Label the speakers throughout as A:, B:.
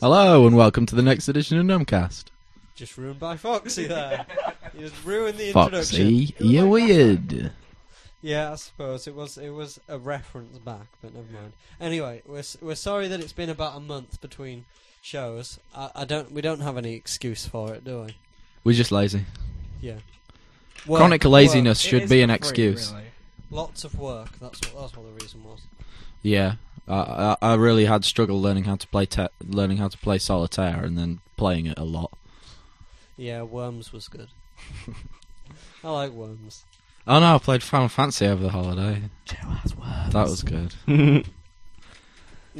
A: Hello and welcome to the next edition of Numcast.
B: Just ruined by Foxy there. you just ruined the introduction. "Ah."
A: Foxy, you're weird.
B: Yeah, I suppose it was it was a reference back, but never mind. Anyway, we're s- we're sorry that it's been about a month between shows. I, I don't we don't have any excuse for it, do we?
A: We're just lazy.
B: Yeah.
A: Chronic
B: Work,
A: laziness
C: It
A: should
C: is
A: be an
C: for free,
A: excuse.
C: really.
B: work. Lots of work. That's what that's what the reason was.
A: Yeah, I, I I really had struggled learning how to play te- learning how to play solitaire and then playing it a lot.
B: Yeah, Worms was good. I like Worms.
A: Oh no, I played Final Fantasy over the holiday. That was good.
B: Nice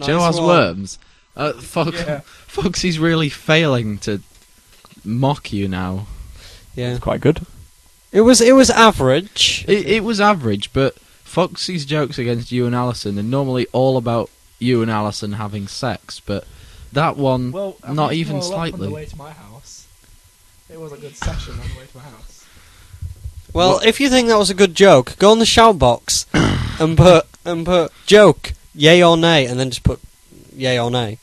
A: Joe has
B: one.
A: worms. Uh, Fox, Foxy's really failing to mock you now.
B: Yeah.
C: Quite good.
B: It was it was average.
A: It, it was average, but Foxy's jokes against you and Allison are normally all about you and Allison having sex, but that one,
C: Well, I
A: Mm. not
C: picked
A: even
C: them all up on the
A: slightly.
C: way to my house. It was a good session on the way to my house.
B: Well, if you think that was a good joke, go on the shout box and put and put joke, yay or nay, and then just put yay or nay.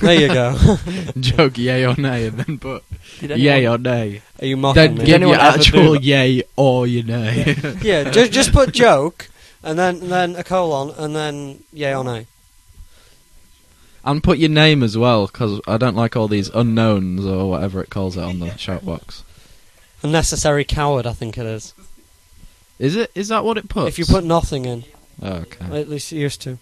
B: There you go.
A: joke yay or nay, and then put
D: Did
A: yay or nay.
B: Are you mocking
A: Then
B: me?
A: give your
D: anyone ever do
A: actual
D: that?
A: yay or your nay.
B: yeah, just just put joke and then and then a colon and then yay or nay.
A: and put your name as well, because I don't like all these unknowns or whatever it calls it on the shout box.
B: Unnecessary coward, I think it is.
A: Is it? Is that what it puts?
B: If you put nothing in,
A: Oh, okay.
B: at least you used to.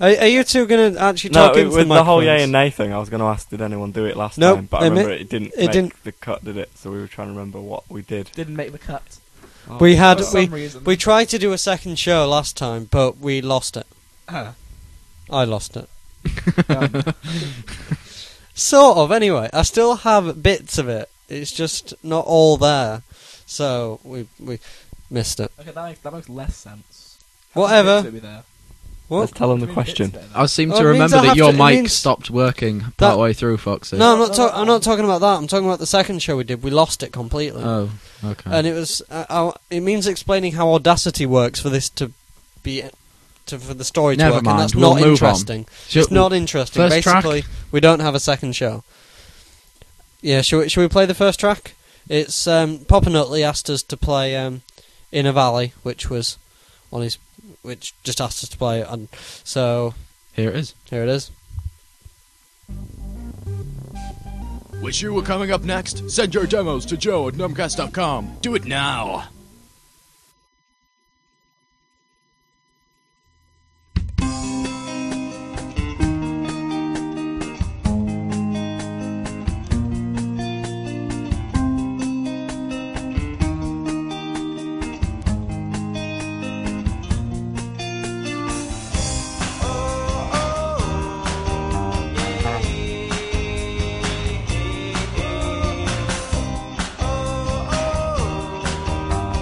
B: Are, are you two gonna actually
D: No,
B: talk
D: it,
B: into
D: with
B: the,
D: the, whole yay
B: microphones?
D: and nay thing, I was going to ask, did anyone do it last
B: Nope,
D: time? But
B: they
D: I
B: ma-
D: remember it didn't
B: it
D: make
B: didn't-
D: the cut, did it? So we were trying to remember what we did.
C: Didn't make the cut.
D: Oh.
B: We had
C: For some
B: we
C: reason.
B: we tried to do a second show last time, but we lost it.
C: Ah,
B: I lost it.
C: um,
B: Sort of, anyway. I still have bits of it. It's just not all there. So we we missed it.
C: okay, that makes, that makes less sense.
B: Whatever.
C: How many bits would be there?
B: What?
D: Let's tell them
C: How
D: the
C: many
D: question.
C: bits would be there?
A: I seem to
B: Oh, it means
A: remember
B: I
A: that
B: have
A: your
B: to- it
A: mic
B: means-
A: stopped working part way through, Foxy.
B: No, I'm not. Ta- I'm not talking about that. I'm talking about the second show we did. We lost it completely,
A: Oh, okay.
B: and it was. Uh, uh, it means explaining how Audacity works for this to be, to for the story
A: Never
B: to work,
A: mind,
B: and that's
A: we'll
B: not
A: move on.
B: interesting.
A: Shall-
B: it's not interesting.
A: first track?
B: Basically, we don't have a second show. Yeah, should we, should we play the first track? It's um, Papa Nutley asked us to play um, "In a Valley," which was on his, which just asked us to play, it, and so
A: Here it is.
B: here it is.
E: Wish you were coming up next? Send your demos to joe at numcast.com. Do it now!
F: Oh, oh.
G: Oh,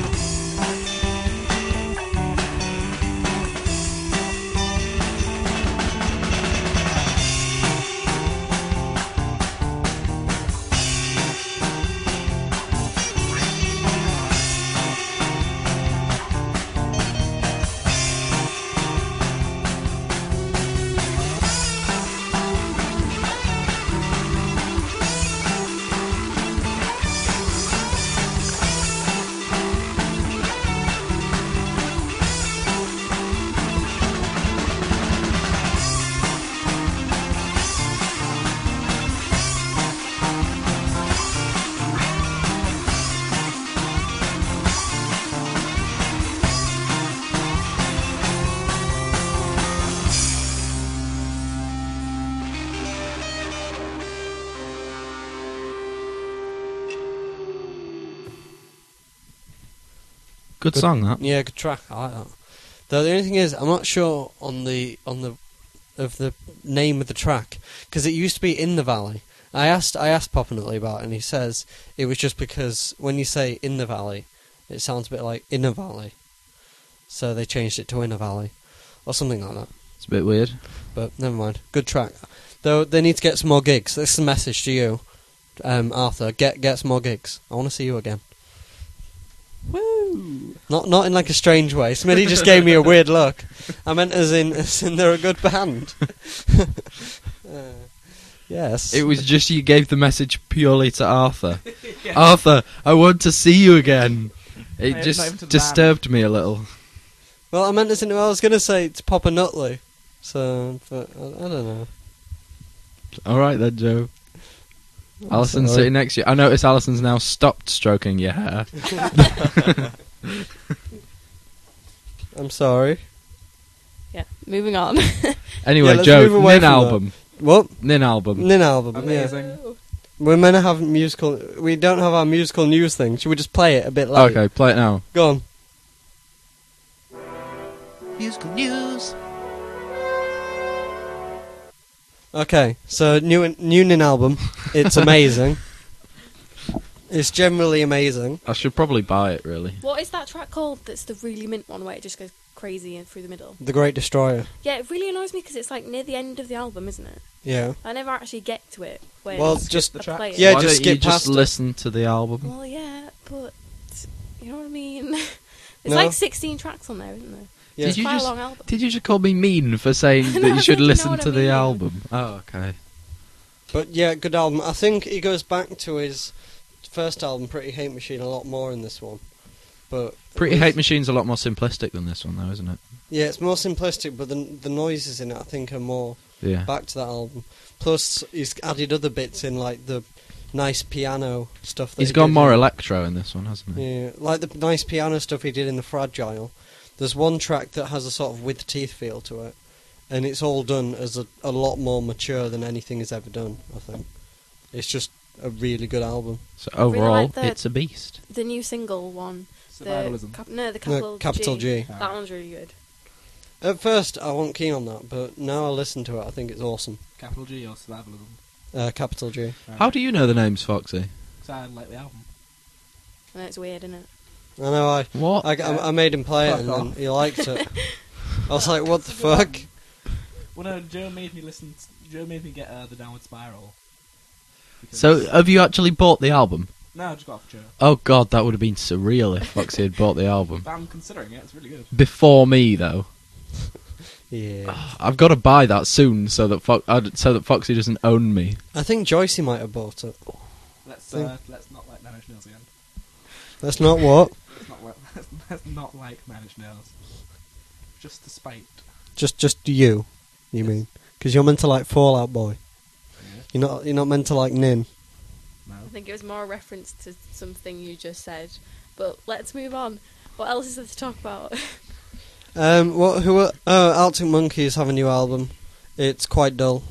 F: Oh,
A: Good
B: Good-
A: song that.
B: Yeah, good track. I like that. Though the only thing is, I'm not sure on the on the of the name of the track because it used to be in the valley. I asked I asked Papa Nutley about, it and he says it was just because when you say in the valley, it sounds a bit like inner valley, so they changed it to inner valley or something like that.
A: It's a bit weird.
B: But never mind, good track. Though they need to get some more gigs. This is the message to you, um, Arthur. Get get some more gigs. I want to see you again.
D: Woo!
B: Not not in like a strange way. Smitty just gave me a weird look. I meant as in as in they're a good band. Uh, yes.
A: It was just you gave the message purely to Arthur. Arthur, I want to see you again.
C: Yeah,
A: It
C: not even to the
A: just
C: band.
A: disturbed me a little.
B: well, I meant as in well, I was gonna say it's Papa Nutley. So, but I, I don't know.
A: All right then, Joe. Alison's
B: sorry.
A: sitting next to you. I notice Alison's now stopped stroking your hair.
B: I'm sorry.
G: Yeah, moving on.
A: Anyway,
B: let's
A: Joe,
B: move away
A: Nin
B: from
A: album.
B: What?
A: Nin album.
B: Nin album. Yeah.
C: Amazing.
B: We're meant to have musical. We don't have our musical news thing. Should we just play it a bit later?
A: okay, play it now.
B: Go on.
H: Musical news.
B: Okay, so new new Nin album. It's amazing. it's generally amazing.
A: I should probably buy it, really.
G: what is that track called? That's the really mint one where it just goes crazy and through the middle.
B: The Great Destroyer.
G: Yeah, it really annoys me because it's like near the end of the album, isn't it?
B: Yeah.
G: I never actually get to it. When
B: Well,
G: I
B: just
C: the
G: play
C: tracks.
G: it.
B: Yeah,
A: Why
B: just
A: don't
B: skip
A: you just
B: past it.
A: listen to the album.
G: Well, yeah, but you know what I mean. There's
B: No.
G: like 16 tracks on there, isn't there?
B: Yeah.
A: Did
G: It's
A: you
G: quite
A: just-
G: a long album.
A: Did you just call me mean for saying
G: No,
A: that you
G: I
A: should
G: think you know
A: listen
G: what I
A: to the
G: mean.
A: album? Oh, okay.
B: But yeah, good album. I think he goes back to his first album, Pretty Hate Machine, a lot more in this one. But
A: Pretty
B: it was-
A: Hate Machine's a lot more simplistic than this one, though, isn't it?
B: Yeah, it's more simplistic, but the the noises in it, I think, are more
A: Yeah.
B: back to that album. Plus, he's added other bits in, like the nice piano stuff. That
A: He's
B: he
A: gone
B: did
A: more
B: in-
A: electro in this one, hasn't he?
B: Yeah, like the nice piano stuff he did in the Fragile. There's one track that has a sort of with teeth feel to it, and it's all done as a, a lot more mature than anything has ever done. I think it's just a really good album.
A: So
G: really
A: overall,
G: like the-
A: it's a beast.
G: The new single one. The
C: Survivalism.
G: cap- no, the
B: No,
G: capital,
B: capital G.
G: That one's really good.
B: At first, I wasn't keen on that, but now I listen to it, I think it's awesome.
C: Capital G or survivalism.
B: Uh, capital G.
A: How do you know the names, Foxy?
C: Sound like the album.
G: I know it's weird, isn't it?
B: I know I,
A: What?
B: I, I, I made him play it,
C: Fuck
B: and
C: off.
B: then he liked it. I was like, "What the fuck?"
C: Well, no, Joe made me listen. To, Joe made me get uh, the Downward Spiral. Because-
A: so, uh, have you actually bought the album?
C: no, I just got off Joe.
A: Oh God, that would have been surreal if Foxy had bought the album
C: But I'm considering it. It's really good.
A: before me, though.
B: Yeah,
A: I've got to buy that soon so that Fo- I'd- so that Foxy doesn't own me.
B: I think Joycey might have bought it.
C: Let's
B: Think-
C: uh, let's not like manage nails again.
B: That's not what.
C: Let's not like let's, let's not like manage nails. Just the spite.
B: Just, just you. You mean? Because you're meant to like Fallout Boy. You're not. You're not meant to like Nin.
C: No.
G: I think it was more a reference to something you just said. But let's move on. What else is there to talk about?
B: Um. What? Who? Are, oh, Arctic Monkeys have a new album. It's quite dull.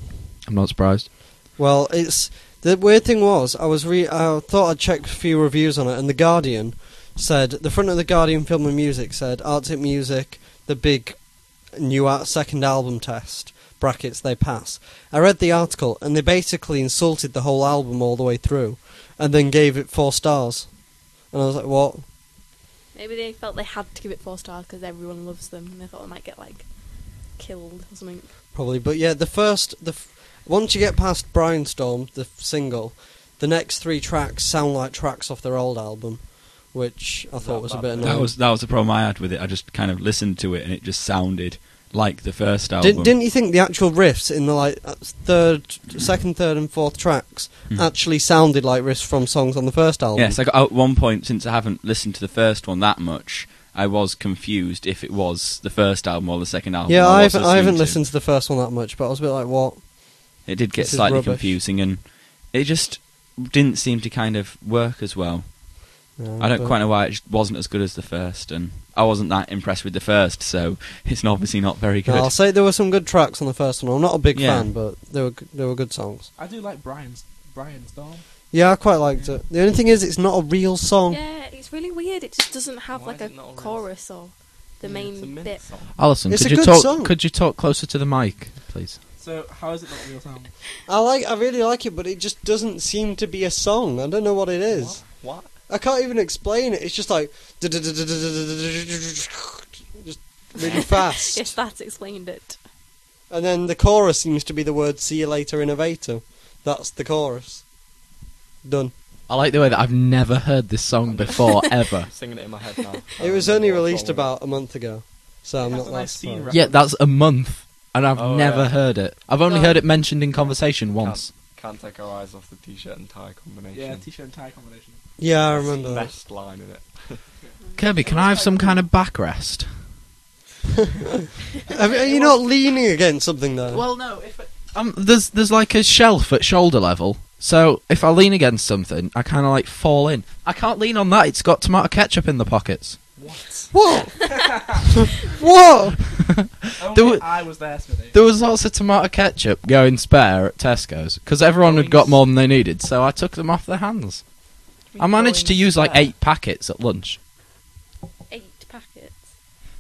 A: I'm not surprised.
B: Well, it's the weird thing was I was re I thought I'd check a few reviews on it, and the Guardian said the front of the Guardian Film and Music said Arctic Music the big new art second album test brackets they pass. I read the article and they basically insulted the whole album all the way through, and then gave it four stars. And I was like, what?
G: Maybe they felt they had to give it four stars because everyone loves them, and they thought they might get like killed or something.
B: probably. But yeah, the first the f- once you get past Brainstorm, the f- single, the next three tracks sound like tracks off their old album, which I thought was a bit annoying.
I: That was that was the problem I had with it. I just kind of listened to it and it just sounded like the first album.
B: Did, didn't you think the actual riffs in the like uh, third, second, third, and fourth tracks
I: Hmm.
B: actually sounded like riffs from songs on the first album?
I: Yes, I got, at one point since I haven't listened to the first one that much, I was confused if it was the first album or the second album.
B: yeah,
I: I,
B: I
I: was
B: haven't, I haven't
I: listening
B: listened to the first one that much, but I was a bit like, what?
I: to. It did get
B: This is
I: slightly
B: rubbish.
I: confusing and it just didn't seem to kind of work as well.
B: Yeah,
I: I don't
B: but-
I: quite know why it just wasn't as good as the first, and I wasn't that impressed with the first, so it's obviously not very
B: No,
I: good.
B: I'll say there were some good tracks on the first one. I'm not a big
I: Yeah.
B: fan, but they were g- they were good songs.
C: I do like Brian's Brian Storm.
B: Yeah, I quite liked it. The only thing is, it's not a real
A: Oh.
B: song.
G: Yeah, it's really weird. It just doesn't have
C: Why
G: like
C: is
G: a
C: it not a real
G: chorus or
C: Yeah, it's
G: the
C: a
G: main
C: minute
G: bit.
C: song.
A: Alison,
B: It's
A: could
B: a
A: you
B: good
A: talk?
B: song.
A: Could you talk closer to the mic, please?
C: So how is it not real sound?
B: I like, I really like it, but it just doesn't seem to be a song. I don't know what it is.
D: What?
B: I can't even explain it. It's just like just really fast,
G: Yes, that's explained it.
B: and then the chorus seems to be the word "see you later, innovator." That's the chorus. Done.
A: I like the way that I've never heard this song before ever.
D: I'm singing it in my head now.
B: It was
D: Um,
B: only
D: what's
B: released
D: wrong with
B: about a month ago, so I'm
C: has
B: not
C: a
B: that
C: nice scene
B: surprised.
C: right-
A: Yeah, that's a month, and I've
D: Oh,
A: never
D: yeah.
A: heard it. I've only
G: No.
A: heard it mentioned in conversation once.
D: it? Can't take our eyes off the t-shirt and tie combination.
C: Yeah, t-shirt and tie combination.
B: Yeah, I
D: That's the
B: remember that.
D: Best line in it.
A: Kirby, can I have some kind of backrest?
B: Have- Are you not leaning against something though?
A: Well, no. If it, um, there's there's like a shelf at shoulder level, so if I lean against something, I kind of like fall in. I can't lean on that; it's got tomato ketchup in the pockets.
B: What? what?
C: Only
A: There were-
C: I was there, Smithy.
A: There was lots of tomato ketchup going spare at Tesco's because everyone had got more than they needed, so I took them off their hands. I managed to use like eight packets at lunch.
G: Eight packets.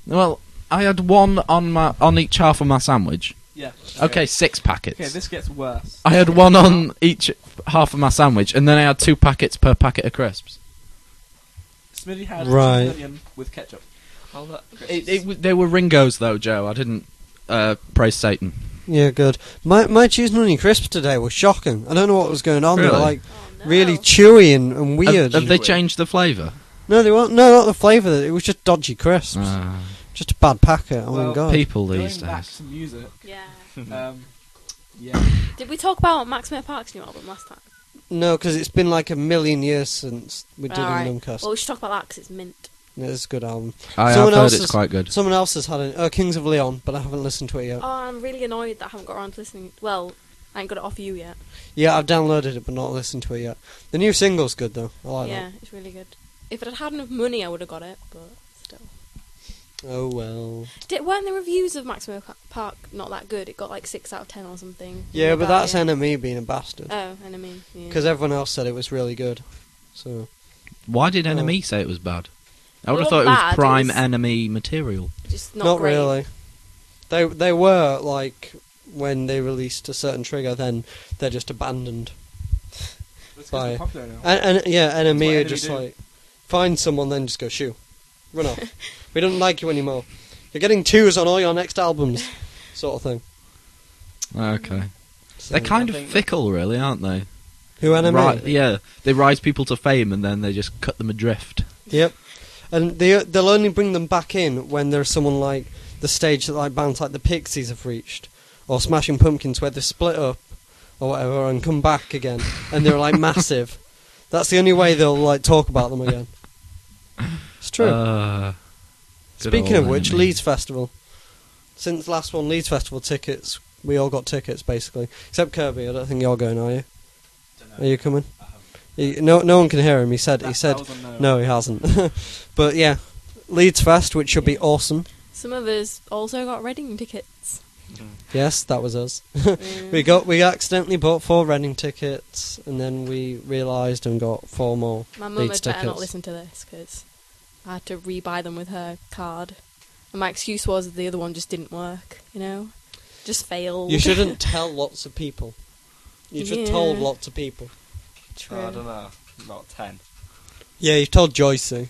A: Well, I had one on my on each half of my sandwich.
C: yeah.
A: Okay, six packets.
C: Okay, this gets worse.
A: I had one on each half of my sandwich, and then I had two packets per packet of crisps.
C: Smithy had
B: Right.
C: right. onion with ketchup.
D: How that?
A: It, it, w- they were Ringos, though, Joe. I didn't uh, praise Satan.
B: Yeah, good. My my cheese and onion crisps today were shocking. I don't know what was going on. They were
A: Really?
B: like
G: Oh no.
B: really chewy and, and
A: Have-
B: weird.
A: Have, they
D: Weird.
A: changed the flavour?
B: no, they weren't. No, not the flavour. It was just dodgy crisps.
A: Ah,
B: Just a bad packet. Oh my
C: Well,
B: god.
A: people
C: Going
A: these
C: back
A: days.
C: to music.
G: Yeah.
C: Um, yeah.
G: Did we talk about Max Mayer Park's new album last time?
B: No, because it's been like a million years since we did
G: Alright.
B: a Numcast.
G: Well, we should talk about that because it's mint.
B: Yeah, it's a good album.
A: I have
B: Someone
A: heard
B: else
A: it's
B: has-
A: quite good.
B: Someone else has had it. Uh, Kings of Leon, but I haven't listened to it yet.
G: Oh, I'm really annoyed that I haven't got around to listening. Well, I ain't got it off you yet.
B: Yeah, I've downloaded it, but not listened to it yet. The new single's good though. I like
G: yeah, it's really good. If I'd had enough money, I would have got it, but still.
B: that. Oh well.
G: Did, weren't the reviews of Max Mayer Park not that good? It got like 6 out of 10 or something.
B: Yeah, but that's
G: an.
B: enemy being a bastard.
G: Oh, and I mean. Yeah.
B: Because everyone else said it was really good. So
A: Why
B: Oh.
A: did Enemy say it was bad? I would have
G: Well,
A: thought it
G: bad,
A: was
G: it
A: prime
G: was-
A: enemy material.
G: just not,
B: not,
G: great.
B: really. They they were like when they released a certain trigger, then they're just abandoned.
C: It's
B: Bye.
C: getting popular now.
B: And, and yeah, enemy
C: what
B: are
C: enemy
B: just
C: do.
B: like find someone, then just go shoo, run off. we don't like you anymore. You're getting twos on all your next albums, sort of thing.
A: Okay.
B: So,
A: They're kind
D: I
A: of
D: think that-
A: fickle, really, aren't they?
B: who enemy?
A: Ri- yeah, they rise people to fame and then they just cut them adrift.
B: Yep. And they they'll only bring them back in when there's someone like the stage that like bands like the Pixies have reached, or Smashing Pumpkins, where they split up or whatever and come back again, and they're like massive. That's the only way they'll like talk about them again. It's true.
A: Uh, good
B: Speaking
A: old
B: of which,
A: enemy.
B: Leeds Festival. Since last one, Leeds Festival tickets. We all got tickets basically, except Kirby. I don't think you're going, are you? Are you coming? He- no, no one can hear him. He said.
C: That-
B: Oh, he
C: that
B: said.
C: was a no.
B: No, he hasn't. but yeah, Leeds Fest, which should be awesome.
G: Some of us also got Reading tickets. Mm.
B: Yes, that was us. we got we accidentally bought four Reading tickets, and then we realised and got four more
G: My mum
B: Leeds
G: had
B: tickets.
G: better not listen to this because I had to rebuy them with her card. And my excuse was that the other one just didn't work, you know? Just failed.
B: You shouldn't tell lots of people. You have
G: Yeah.
B: told lots of people.
G: True.
D: Oh, I don't know. About ten.
B: Yeah, you've told Joycey.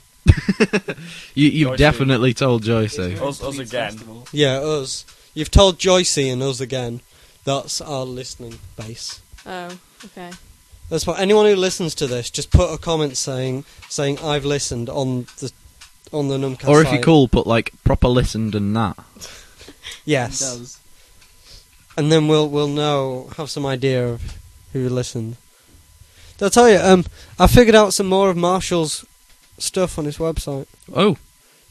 A: You, you've
D: Joycey.
A: definitely told Joycey.
C: It's going
D: Us-
C: to
D: us
C: Leeds
D: again.
C: Festival.
B: Yeah, us. You've told Joycey and us again. That's our listening base.
G: Oh, okay.
B: That's why anyone who listens to this, just put a comment saying saying I've listened on the on the Numcast.
A: Or if you're
B: site.
A: cool, put like proper listened and that.
B: yes.
C: It does.
B: and then we'll we'll know have some idea of who listened. Did I tell you? Um, I figured out some more of Marshall's stuff on his website.
A: Oh,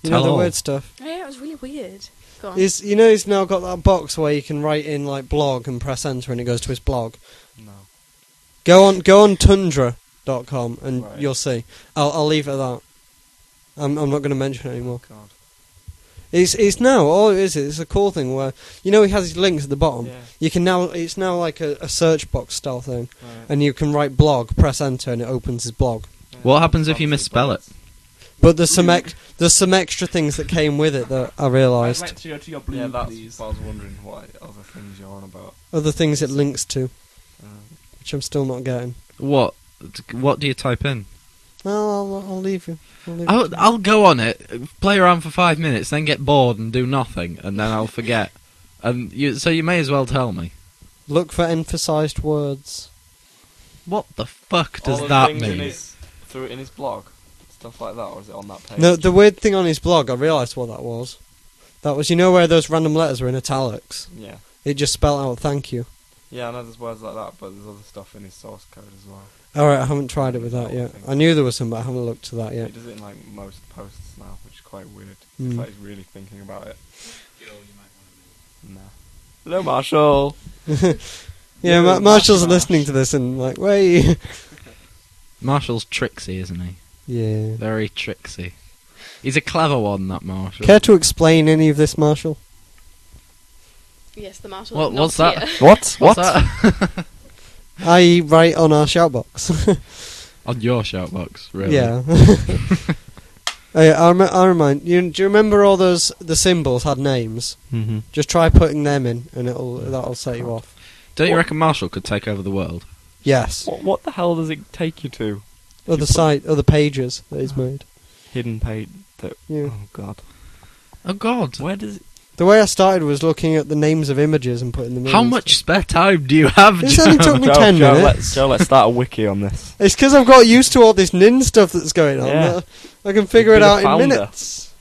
B: You
A: Tell
B: know the
A: all.
B: weird stuff.
G: Oh, yeah, it was really weird. Go on.
B: He's, you know, he's now got that box where you can write in like blog and press enter, and it goes to his blog.
D: No.
B: Go on, go on tundra.com and
D: Right.
B: you'll see. I'll I'll leave it at that. I'm I'm not going to mention it anymore.
D: God.
B: It's it's now all it is it's a cool thing where you know he has his links at the bottom.
D: Yeah.
B: You can now it's now like a, a search box style thing,
D: Right.
B: and you can write blog, press enter, and it opens his blog.
A: What happens if you misspell it?
B: But there's some ex- there's some extra things that came with it that I
C: I'd
B: realised.
C: like to go to your blue,
D: Yeah, that's
C: please.
D: what I was wondering what other things you're on about.
B: Other things it links to,
D: Um,
B: which I'm still not getting.
A: What? What do you type in?
B: No, I'll, I'll leave you. I'll leave you.
A: I'll, I'll go on it, play around for five minutes, then get bored and do nothing, and then I'll forget. And you, so you may as well tell me.
B: Look for emphasised words.
A: What the fuck does
D: all the
A: that
D: things In
A: mean?
D: his, through in his blog, stuff like that, or is it on that page?
B: No, the weird thing on his blog, I realised what that was. That was you know where those random letters were in italics.
D: yeah,
B: It just spelled out thank you.
D: yeah, I know there's words like that, but there's other stuff in his source code as well.
B: All right, I haven't tried it with that yet. I knew there was some, but I haven't looked to that
D: He
B: yet.
D: does it in like most posts now, which is quite weird.
B: Mm.
D: It's like he's really thinking about it. Nah. Hello, Marshall.
B: Yeah,
D: Yeah,
B: Ma-
D: Marsh-
B: Marshall's
D: Marsh.
B: listening to this and like, wait.
A: Marshall's tricksy, isn't he?
B: yeah.
A: Very tricksy. He's a clever one, that Marshall.
B: Care to explain any of this, Marshall?
G: Yes, the marshal.
A: What-
G: is not
A: what's that?
G: here.
B: What?
A: What's that?
B: I write on our shoutbox.
A: On your shoutbox, really?
B: yeah. I, I, rem- I remind you. Do you remember all those the symbols had names?
D: Mm-hmm.
B: Just try putting them in, and it'll that'll set you off.
A: Don't you
D: What?
A: reckon Marshall could take over the world?
B: Yes.
D: What, what the hell does it take you to?
B: Other site, other pages that he's made.
D: Hidden page. That,
B: Yeah.
D: Oh God.
A: Oh God!
D: Where does? It,
B: The way I started was looking at the names of images and putting them in.
A: How
B: and
A: much spare time do you have?
B: It's only
A: Joe?
B: took me- Only 10
D: Joe,
B: minutes.
D: let's, Joe, let's start a wiki on this.
B: stuff. It's because I've got used to all this nin stuff that's going on.
D: Yeah.
B: that I can figure
D: You'd
B: it
D: be the
B: out in
D: founder.
B: minutes.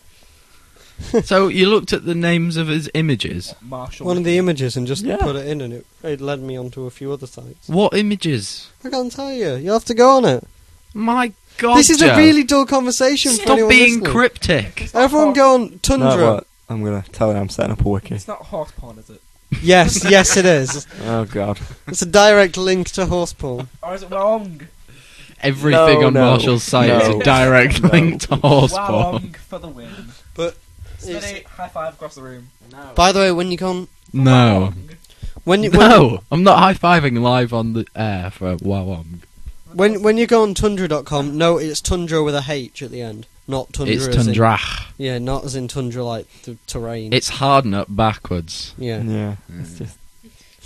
A: so you looked at the names of his images.
C: Marshall.
B: One of the images and just
D: Yeah.
B: put it in, and it, it led me onto a few other sites.
A: What images?
B: I can't tell you. You'll have to go on it.
A: My God!
B: this is
A: Joe.
B: a really dull conversation. for
A: stop
B: anyone
A: being
B: listening.
A: cryptic.
B: Everyone go on Tundra.
D: No, what? I'm gonna tell you I'm setting up a wiki.
C: It's not horse porn, is it?
B: Yes, yes, it is.
D: Oh God.
B: It's a direct link to horse porn.
C: Or is it wrong?
A: Everything
D: No,
A: on
D: no,
A: Marshall's site is a
D: no,
A: direct
D: no.
A: link to horse porn.
C: Wrong for the win.
B: But
C: Smitty, high five across the room.
B: by the way, when you go on,
A: No,
B: when you when,
A: no, I'm not high fiving live on the air for Wawong.
B: when when you go on tundra.com, no, it's tundra with a H at the end, not tundra.
A: It's
D: eh?
B: as in-
A: Tundrach.
B: yeah, not as in tundra like the terrain.
A: It's hard nut backwards.
B: yeah.
D: Yeah. It's just.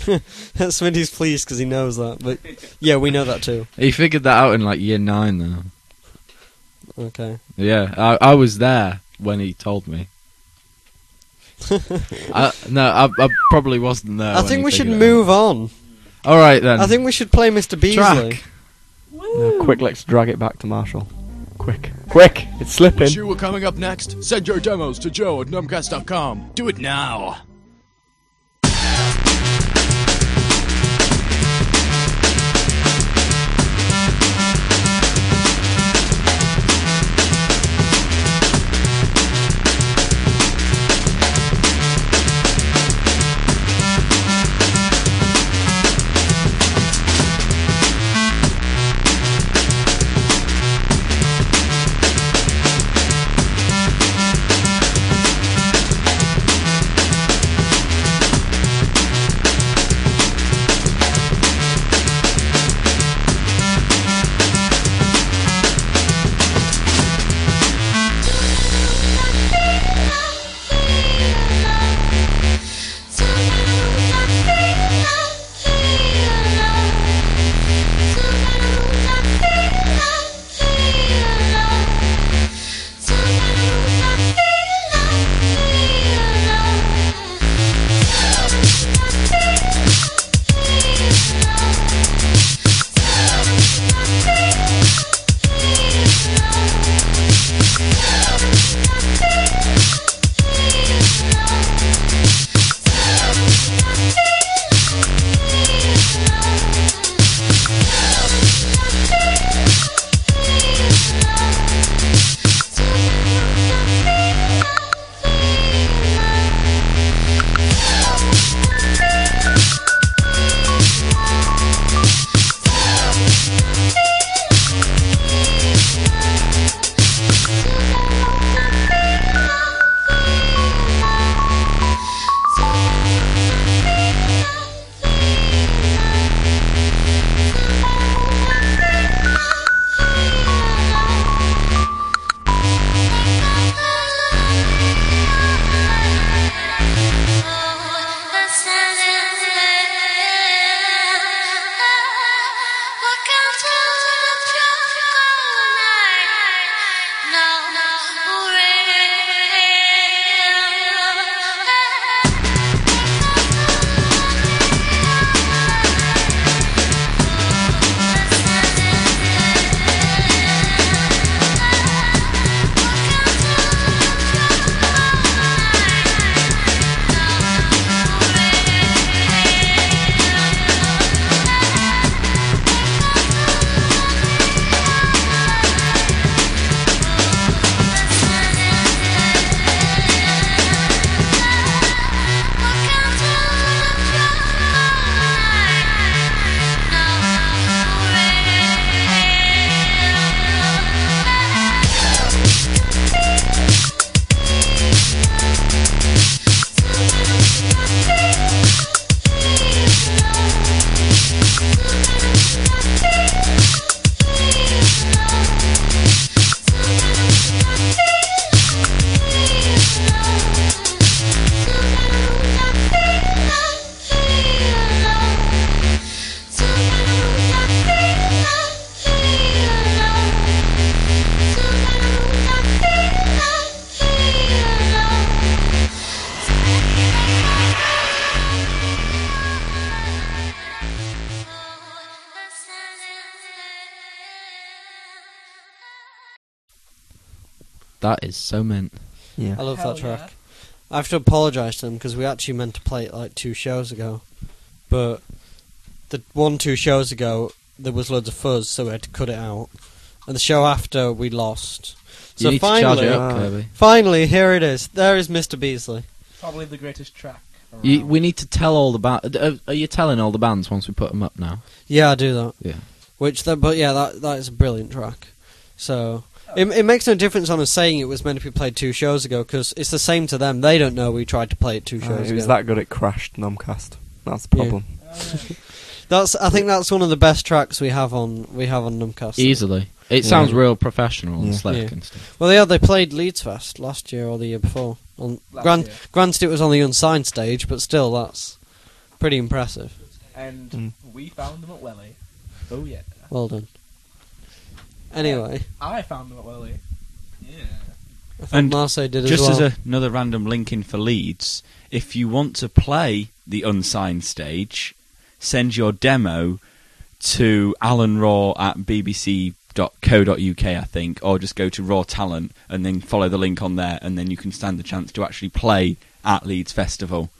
B: Smitty's pleased because he knows that, but yeah, we know that too.
A: He figured that out in like year nine, though.
B: Okay.
A: Yeah, I, I was there when he told me. I, no, I, I probably wasn't there.
B: I think we should move on.
A: All right then.
B: I think we should play Mr. Beasley.
A: track.
D: No, quick, let's drag it back to Marshall. Quick, quick, it's
E: Wish
D: slipping.
E: you were coming up next? Send your demos to joe at numcast.com. Do it now.
A: That is so mint.
B: I
D: Yeah.
B: love
C: Hell
B: that
C: yeah.
B: track. I have to apologise to them because we actually meant to play it like two shows ago, but the one two shows ago there was loads of fuzz, so we had to cut it out. And the show after we lost. So
A: you need
B: finally,
A: to charge it up,
D: uh,
A: Kirby.
B: finally, here it is. There is Mr. Beasley.
C: Probably the greatest track. Around.
A: You, we need to tell all the bands. Are, are you telling all the bands once we put them up now?
B: Yeah, I do that.
A: Yeah.
B: Which, that, but yeah, that that is a brilliant track. So it, it makes no difference on us saying it was meant to be played two shows ago because it's the same to them. They don't know we tried to play it two
D: Uh,
B: shows ago.
D: it was that good it crashed Nomcast. That's the
B: Yeah.
D: problem.
C: Oh, yeah.
B: That's I think that's one of the best tracks we have on we have on Numcast.
A: Easily. It
D: Yeah.
A: sounds real professional and
D: Yeah.
A: slick
B: Yeah.
A: and stuff.
B: Well, yeah, they played Leeds Fest last year or the year before. On
C: Last
B: grand,
C: year.
B: granted, it was on the unsigned stage, but still, that's pretty impressive.
C: and
D: Mm.
C: we found them at Welly. Oh yeah.
B: Well done. Anyway,
C: I found them at Welly. Yeah.
B: I think
I: And
B: Marseille did
I: Just
B: as well.
I: as a, another random link in for Leeds, if you want to play the unsigned stage, send your demo to Alan Raw at bbc.co.uk, I think, or just go to Raw Talent and then follow the link on there, and then you can stand the chance to actually play at Leeds Festival.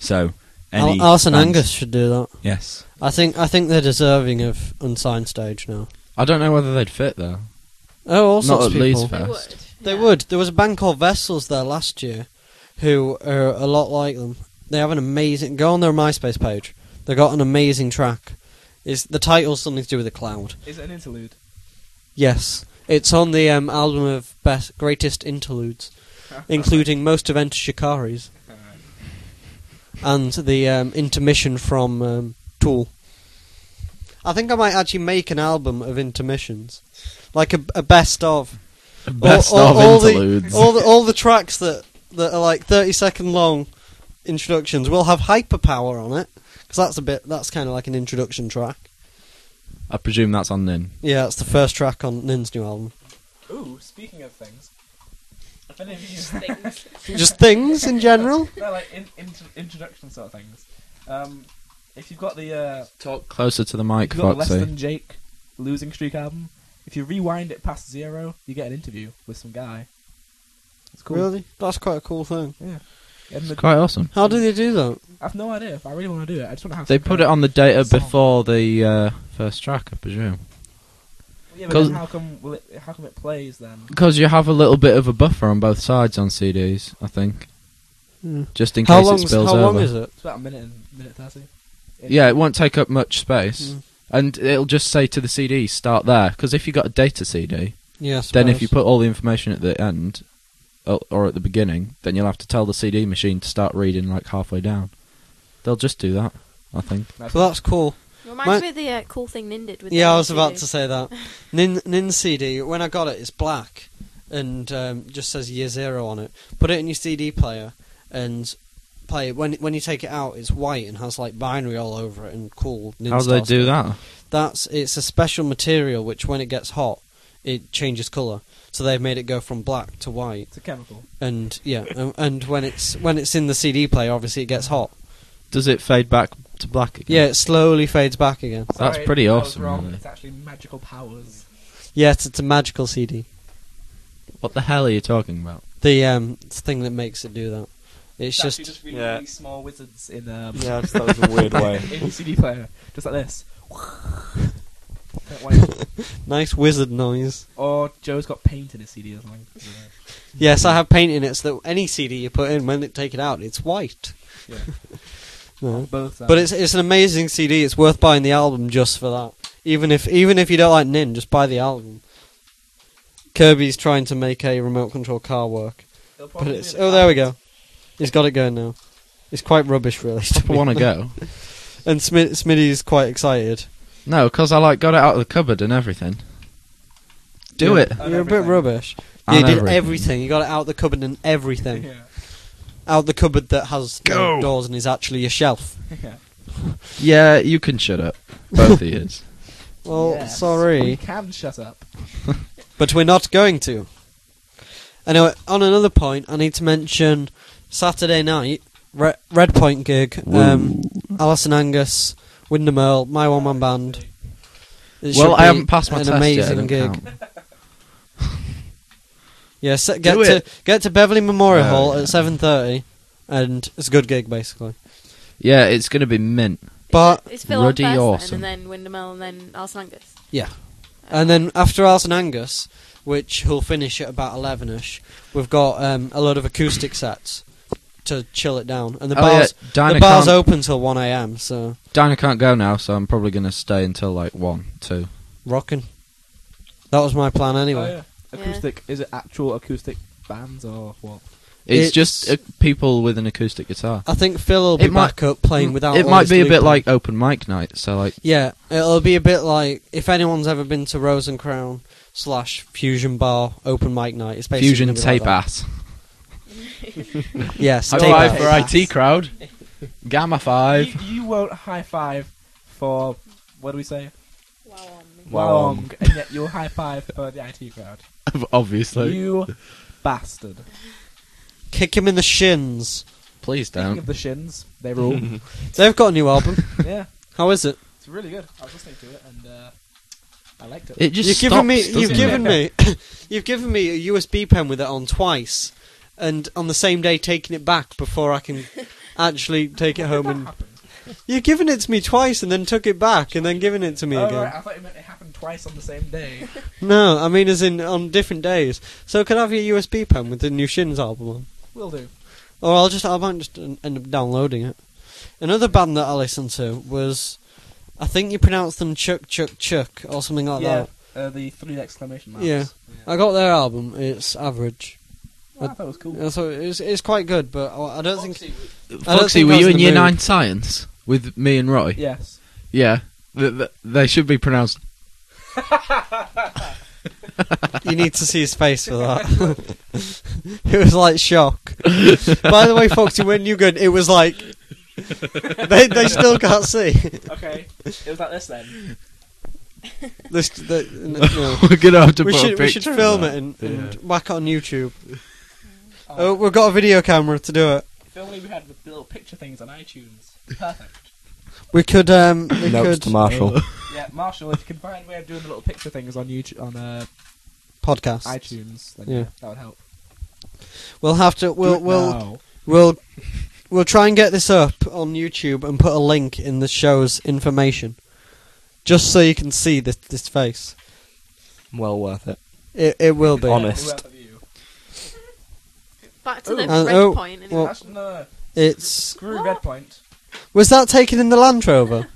I: So, any
B: Al- Alison
I: bands-
B: Angus should do that.
I: yes,
B: I think I think they're deserving of unsigned stage now.
A: I don't know whether they'd fit though.
B: Oh, all
A: Not
B: sorts
A: at
B: of people.
A: Leeds Fest.
G: They would.
A: Fast.
B: They
G: yeah.
B: would. There was a band called Vessels there last year, who are a lot like them. They have an amazing. Go on their MySpace page. They got an amazing track. It's the title's something to do with a cloud.
C: Is it an interlude?
B: Yes, it's on the um, album of best greatest interludes, including most of Enter Shikari's and the um, intermission from um, Tool. I think I might actually make an album of intermissions, like a, a best of.
A: Best
B: all-
A: of
B: all the-
A: interludes.
B: all the all the tracks that that are like thirty second long introductions will have hyperpower on it because that's a bit that's kind of like an introduction track.
A: I presume that's on Nin.
B: Yeah, it's the first track on Nin's new album.
C: Ooh, speaking of things. If any of you
G: Things.
B: Just things in general.
C: no, like in, intro introduction sort of things. Um, if you've got the uh,
A: Talk closer to the mic,
C: if you've got the less
A: Foxy.
C: than Jake losing streak album, if you rewind it past zero, you get an interview with some guy. It's cool.
B: Really, that's quite a cool thing.
C: And
A: It's
C: the,
A: quite awesome.
B: How do they do that?
C: I've no idea if I really want to do it. I just want to have.
A: They
C: some
A: put
C: kind
A: it on the data
C: Song.
A: before the uh, first track, I presume.
C: of- Yeah, but then
A: cause-
C: how come will it? How come it plays then?
A: Because you have a little bit of a buffer on both sides on CDs, I think, just in
B: How
A: case
B: long?
A: it spills
B: How long
A: over.
B: is it?
C: It's about a minute and minute thirty. It-
A: Yeah, it won't take up much space,
B: Mm.
A: and it'll just say to the CD, "Start there." Because if you got a data CD,
B: Yeah. I
A: then if
B: suppose.
A: you put all the information at the end or, or at the beginning, then you'll have to tell the CD machine to start reading like halfway down. They'll just do that, I think.
B: well, that's cool.
G: Reminds
B: My-
G: me of the uh, cool thing Nin did with
B: Yeah,
G: their
B: I was about
G: CD.
B: to say that. Nin Nin CD. When I got it, it's black and um, just says year zero on it. Put it in your CD player and play it. When when you take it out, it's white and has like binary all over it and cool. Nin
A: How do they
B: style
A: do
B: stuff.
A: that?
B: That's it's a special material which when it gets hot, it changes color. So they've made it go from black to white.
C: It's a chemical.
B: And yeah, and, and when it's when it's in the CD player, obviously it gets hot.
A: Does it fade back to black again?
B: Yeah, it slowly fades back again.
A: That's
C: Sorry,
A: pretty
C: I was
A: awesome,
C: wrong.
A: really.
C: It's actually magical powers.
B: Yes, it's a magical CD.
A: What the hell are you talking about?
B: The um thing that makes it do that. It's
C: It's
B: just,
C: actually just really,
D: Yeah.
C: really small wizards in um,
D: Yeah, I just thought it was a weird way.
C: in your CD player, just like this. Don't wait.
B: nice wizard noise.
C: or Joe's got paint in his CD or something.
B: Yes, I have paint in it so that any CD you put in, when they take it out, it's white.
C: Yeah.
B: No.
C: Both. um,
B: But it's it's an amazing CD. It's worth buying the album just for that. Even if even if you don't like Nin, just buy the album. Kirby's trying to make a remote control car work, but it's oh there we go. He's got it going now. It's quite rubbish, really. to
A: I
B: be
A: want to go.
B: honest. And Smi- Smitty's quite excited.
A: No, because I like got it out of the cupboard and everything. Do
B: You're-
A: it.
C: And
B: You're a bit
C: everything.
B: rubbish. Yeah,
A: And
B: you did
A: everything.
B: everything. You got it out the cupboard and everything.
C: Yeah.
B: Out the cupboard that has no
E: Go.
B: doors and is actually a shelf.
C: yeah.
A: Yeah, you can shut up. Both of you.
B: Well,
C: Yes. We
B: sorry,
C: can shut up.
B: but we're not going to. Anyway, on another point, I need to mention Saturday night Re- Red Point gig. Um, Alison Angus, Wyndham Earl, my one man band. It should
A: Well, I
B: be
A: haven't passed my
B: an
A: test yet.
B: amazing
A: it don't
B: gig.
A: count.
B: Yeah, se- get
A: Do
B: to
A: it.
B: get to Beverly Memorial
A: Oh,
B: Hall
A: yeah.
B: at seven thirty, and it's a good gig basically.
A: Yeah, it's going to be mint.
B: But
G: It's Phil on
A: Ruddy
G: first
A: awesome.
G: then, and then Windermere, and then Alison Angus.
B: yeah, and then after Alison Angus, which who'll finish at about eleven ish, we've got um, a lot of acoustic sets to chill it down, and the
A: Oh, yeah,
B: bars
A: Dinah
B: the bars
A: can't-
B: open till one a.m. So
A: Dinah can't go now, so I'm probably going to stay until like 1, 2.
B: rocking. That was my plan anyway.
C: Oh, yeah. Acoustic. Is it actual acoustic bands or what?
A: It's,
B: It's-
A: just uh, people with an acoustic guitar.
B: I think Phil will
A: It
B: be
A: might-
B: back up playing without.
A: it
B: all
A: might
B: this
A: be a bit
B: looping.
A: like open mic night, so like
B: Yeah, it'll be a bit like if anyone's ever been to Rose and Crown slash Fusion Bar open mic night. It's basically
A: fusion
B: gonna be like
A: tape
B: that.
A: ass.
B: Yes,
A: High
B: tape
A: five
B: out.
A: for IT crowd. Gamma
C: You,
A: five.
C: you won't high five for what do we say?
G: Wow.
D: um,
C: Wrong, and yet you'll high five for the IT crowd.
A: Obviously.
C: You bastard.
B: Kick him in the shins.
A: Please
C: Speaking
A: don't.
C: of the Shins, they rule.
B: They've got a new album.
C: yeah,
B: How is it?
C: it's really good. I was listening to it and uh, I liked it.
A: It just
B: you've given me.
A: stops,
B: You've
A: doesn't
B: given
A: it?
B: me. you've given me a USB pen with it on twice, and on the same day taking it back before I can actually take it home. And you've given it to me twice, and then took it back, and then given it to me
C: oh,
B: again.
C: right, I thought it meant it happened twice on the same day.
B: No, I mean as in on different days. So can I have your USB pen with the new Shins album on?
C: Will do.
B: Or I'll just I might just en- end up downloading it. Another band that I listened to was I think you pronounce them Chuck Chuck Chuck or something like
C: yeah,
B: that.
C: uh, the three exclamation marks.
B: Yeah. I got their album. It's average.
C: I thought it was cool.
B: So it's it's quite good, but I I don't think I don't
A: Foxy,
B: think
A: were
B: I was
A: you
B: in
A: in
B: the
A: year
B: mood.
A: nine science with me and Roy?
C: Yes.
A: Yeah. Th- th- they should be pronounced.
B: you need to see his face for that. it was like shock. By the way, Foxy, when you good, it was like they they still can't see.
C: Okay. It was like this then.
B: This- the- n- no.
A: We're gonna have to
B: we
A: put a
B: should,
A: picture.
B: we should
A: of
B: film
A: that.
B: it and, and whack it on YouTube. Oh, we've got a video camera to do it.
C: If only we had the little picture things on iTunes. Perfect.
B: We could. Um, we
D: Notes
B: could
D: to Marshall.
C: Yeah, Marshall, if you can find a way of doing the little picture things on YouTube on uh,
B: podcast.
C: iTunes, then
B: Yeah.
C: yeah. that would help.
B: We'll have to. We'll
C: Do it
B: we'll
C: now.
B: we'll we'll try and get this up on YouTube and put a link in the show's information, just so you can see this this face.
D: well worth it.
B: It it will be.
D: Honest.
C: Whoever you.
G: Back to the
B: Ooh. Uh,
G: red
B: oh,
G: point. Anyway.
B: well-
C: Actually, no, no, no.
B: It's
C: uh, Screw Red Point.
B: was that taken in the Land Rover.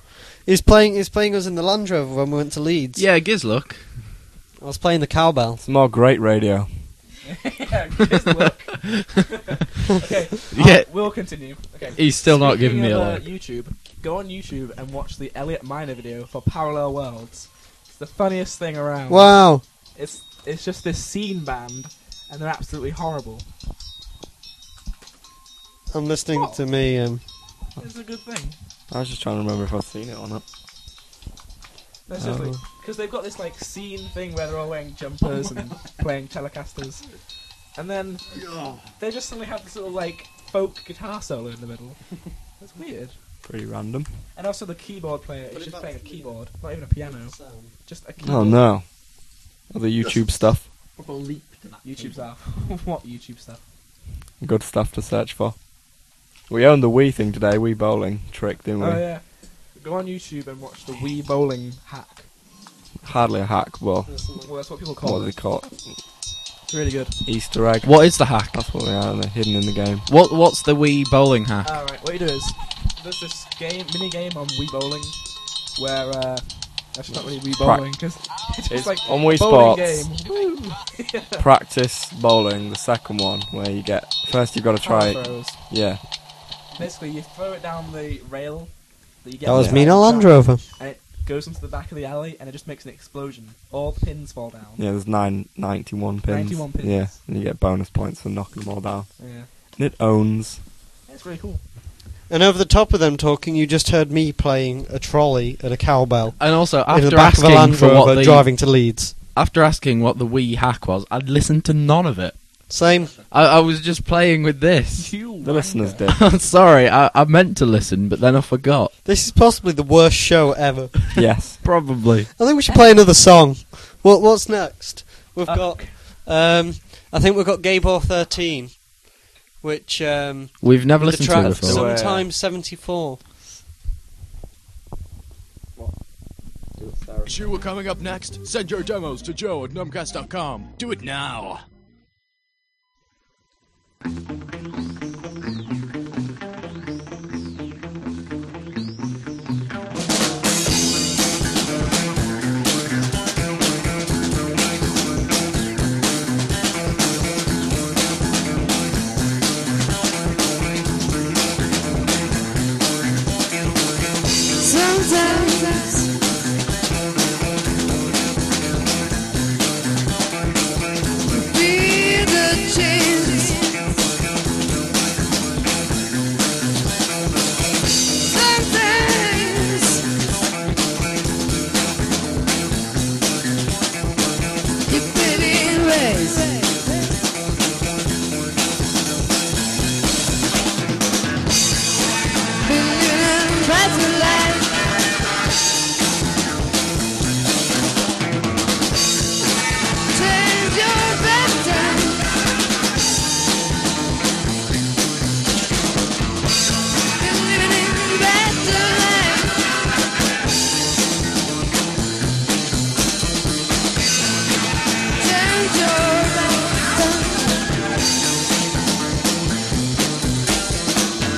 B: He's playing. He's playing us in the Land Rover when we went to Leeds.
A: Yeah, giz look.
B: I was playing the cowbell.
D: Some more great radio.
C: yeah, just look. okay,
A: Yeah.
C: we'll continue. Okay.
A: He's still not
C: Speaking
A: giving me a
C: of, uh,
A: like.
C: YouTube. Go on YouTube and watch the Elliot Minor video for Parallel Worlds. It's the funniest thing around.
B: Wow.
C: It's it's just this scene band, and they're absolutely horrible.
B: I'm listening to me. Um,
C: It's a good thing.
D: I was just trying to remember if I've seen it or not.
C: They're seriously because they've got this like scene thing where they're all wearing jumpers and playing Telecasters, and then they just suddenly have this little like folk guitar solo in the middle. That's weird.
D: Pretty random.
C: And also the keyboard player is just playing a keyboard, not even a piano, just a keyboard.
D: Oh no. Other YouTube stuff.
C: YouTube stuff. what YouTube stuff?
D: Good stuff to search for. We owned the Wii thing today, Wii bowling trick, didn't we?
C: Oh yeah. Go on YouTube and watch the Wii bowling hack.
D: Hardly a hack, but
C: Well, that's what people
D: what
C: call
D: are they
C: it.
D: called?
C: It's really good.
D: Easter egg.
A: What is the hack?
D: That's what they are, aren't they? Hidden in the game.
A: What What's the wee bowling hack?
B: Uh,
C: All right, what you do is there's this game, mini game on Wii Bowling, where uh, that's not really Wii
D: Prac-
C: Bowling because it's just
D: It's
C: like
D: on Wii
C: bowling
D: Sports.
C: game.
D: Practice bowling, the second one, where you get first you've got to
C: Power
D: try.
C: throws.
D: Yeah,
C: Basically, you throw it down the rail. That, you get
B: that
C: on
B: was
C: the
B: me in
C: side
B: a
C: of the
B: Land
C: track,
B: Rover.
C: And it goes into the back of the alley, and it just makes an explosion. All the pins fall down.
D: yeah. There's nine, 91 pins.
C: 91 pins.
D: Yeah, and you get bonus points for knocking them all down.
C: Yeah.
D: And it owns.
C: It's really cool.
B: And over the top of them talking, you just heard me playing a trolley and a cowbell
A: And also,
B: in the
A: after
B: back of a
A: asking
B: Land
A: for
B: Rover
A: what the
B: driving to Leeds.
A: after asking what the wee hack was, I'd listened to none of it.
B: Same.
A: I, I was just playing with this.
D: The listeners did.
A: I'm sorry, I, I meant to listen, but then I forgot.
B: This is possibly the worst show ever.
D: yes.
A: Probably.
B: I think we should play another song. What What's next? We've got um, I think we've got Gabor 13, which um,
A: We've never
B: with the
A: listened to
B: track
A: it before.
D: Somewhere.
B: Sometime 74.
E: Wish you were coming up next? Send your demos to joe at numcast.com. Do it now.
F: Sometimes be the change. Sometimes you feel in ways. Feeling a better life. Change your bedtime. You're living in a better life. Change your bedtime.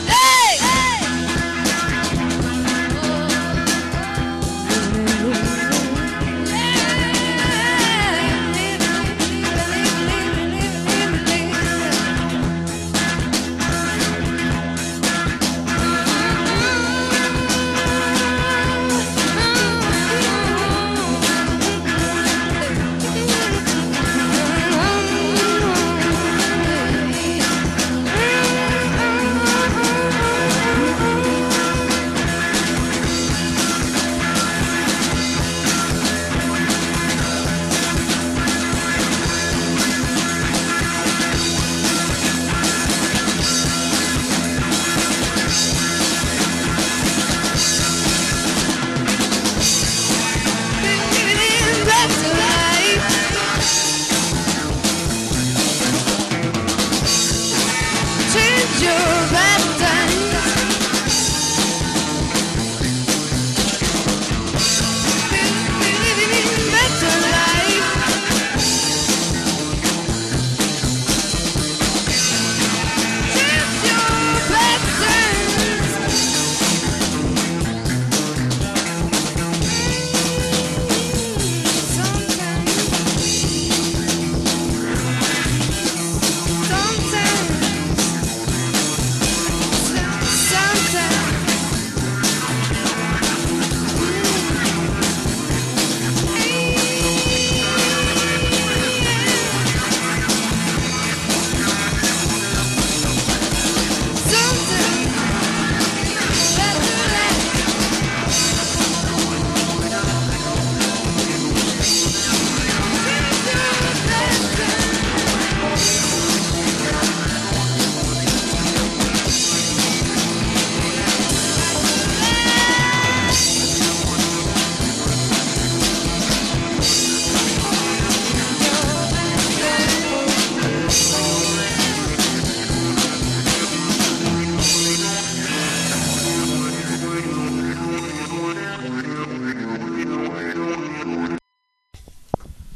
F: Hey! Mm-hmm. Change your pattern. Living in better life. Change your patterns. Sometimes, sometimes. Something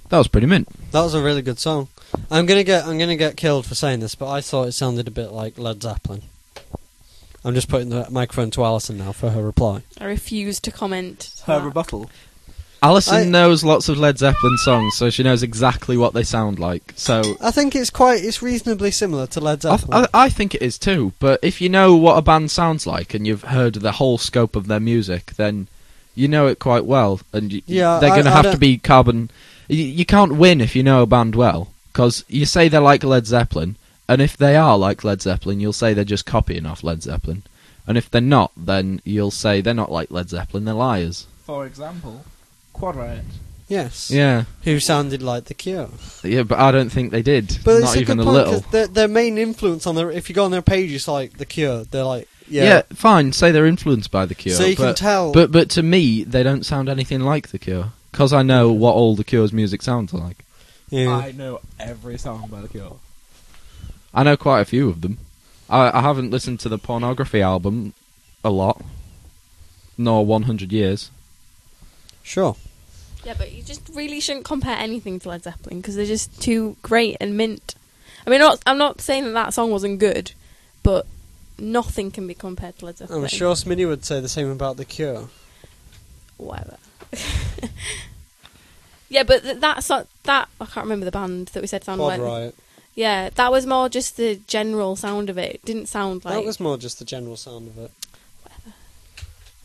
A: That was pretty mint.
B: That was a really good song. I'm gonna get I'm gonna get killed for saying this, but I thought it sounded a bit like Led Zeppelin. I'm just putting the microphone to Alison now for her reply.
G: I refuse to comment. to
D: Her
G: that.
D: rebuttal.
A: Alison
B: I-
A: knows lots of Led Zeppelin songs, so she knows exactly what they sound like. So
B: I think it's quite it's reasonably similar to Led
A: I,
B: Zeppelin.
A: I, I think it is too. But if you know what a band sounds like and you've heard the whole scope of their music, then you know it quite well, and y
B: Yeah,
A: they're
B: I-
A: going to
B: I
A: have to
B: don't-
A: be carbon. You, you can't win if you know a band well, because you say they're like Led Zeppelin, and if they are like Led Zeppelin, you'll say they're just copying off Led Zeppelin, and if they're not, then you'll say they're not like Led Zeppelin, they're liars.
C: For example, Quad Riot.
B: yes.
A: Yeah,
B: Who sounded like The Cure.
A: yeah, but I don't think they did.
B: But
A: not
B: it's a
A: even
B: good
A: a
B: point
A: little.
B: because their, their main influence on their if you go on their page, it's like The Cure. They're like
A: Yeah.
B: yeah.
A: fine. Say they're influenced by the Cure.
B: So you
A: but,
B: can tell.
A: But but to me, they don't sound anything like the Cure because I know what all the Cure's music sounds like.
B: Yeah.
C: I know every song by The Cure.
A: I know quite a few of them. I, I haven't listened to the pornography album a lot, nor 100 Years.
B: Sure.
G: Yeah, but you just really shouldn't compare anything to Led Zeppelin because they're just too great and mint. I mean, not, I'm not saying that that song wasn't good, but nothing can be compared to Led Zeppelin.
B: I'm sure Smitty would say the same about The Cure.
G: Whatever. yeah, but th- that so- that I can't remember the band that we said sounded
B: Quad
G: like.
B: Riot.
G: Yeah, that was more just the general sound of it. It didn't sound like.
B: That was more just the general sound of it.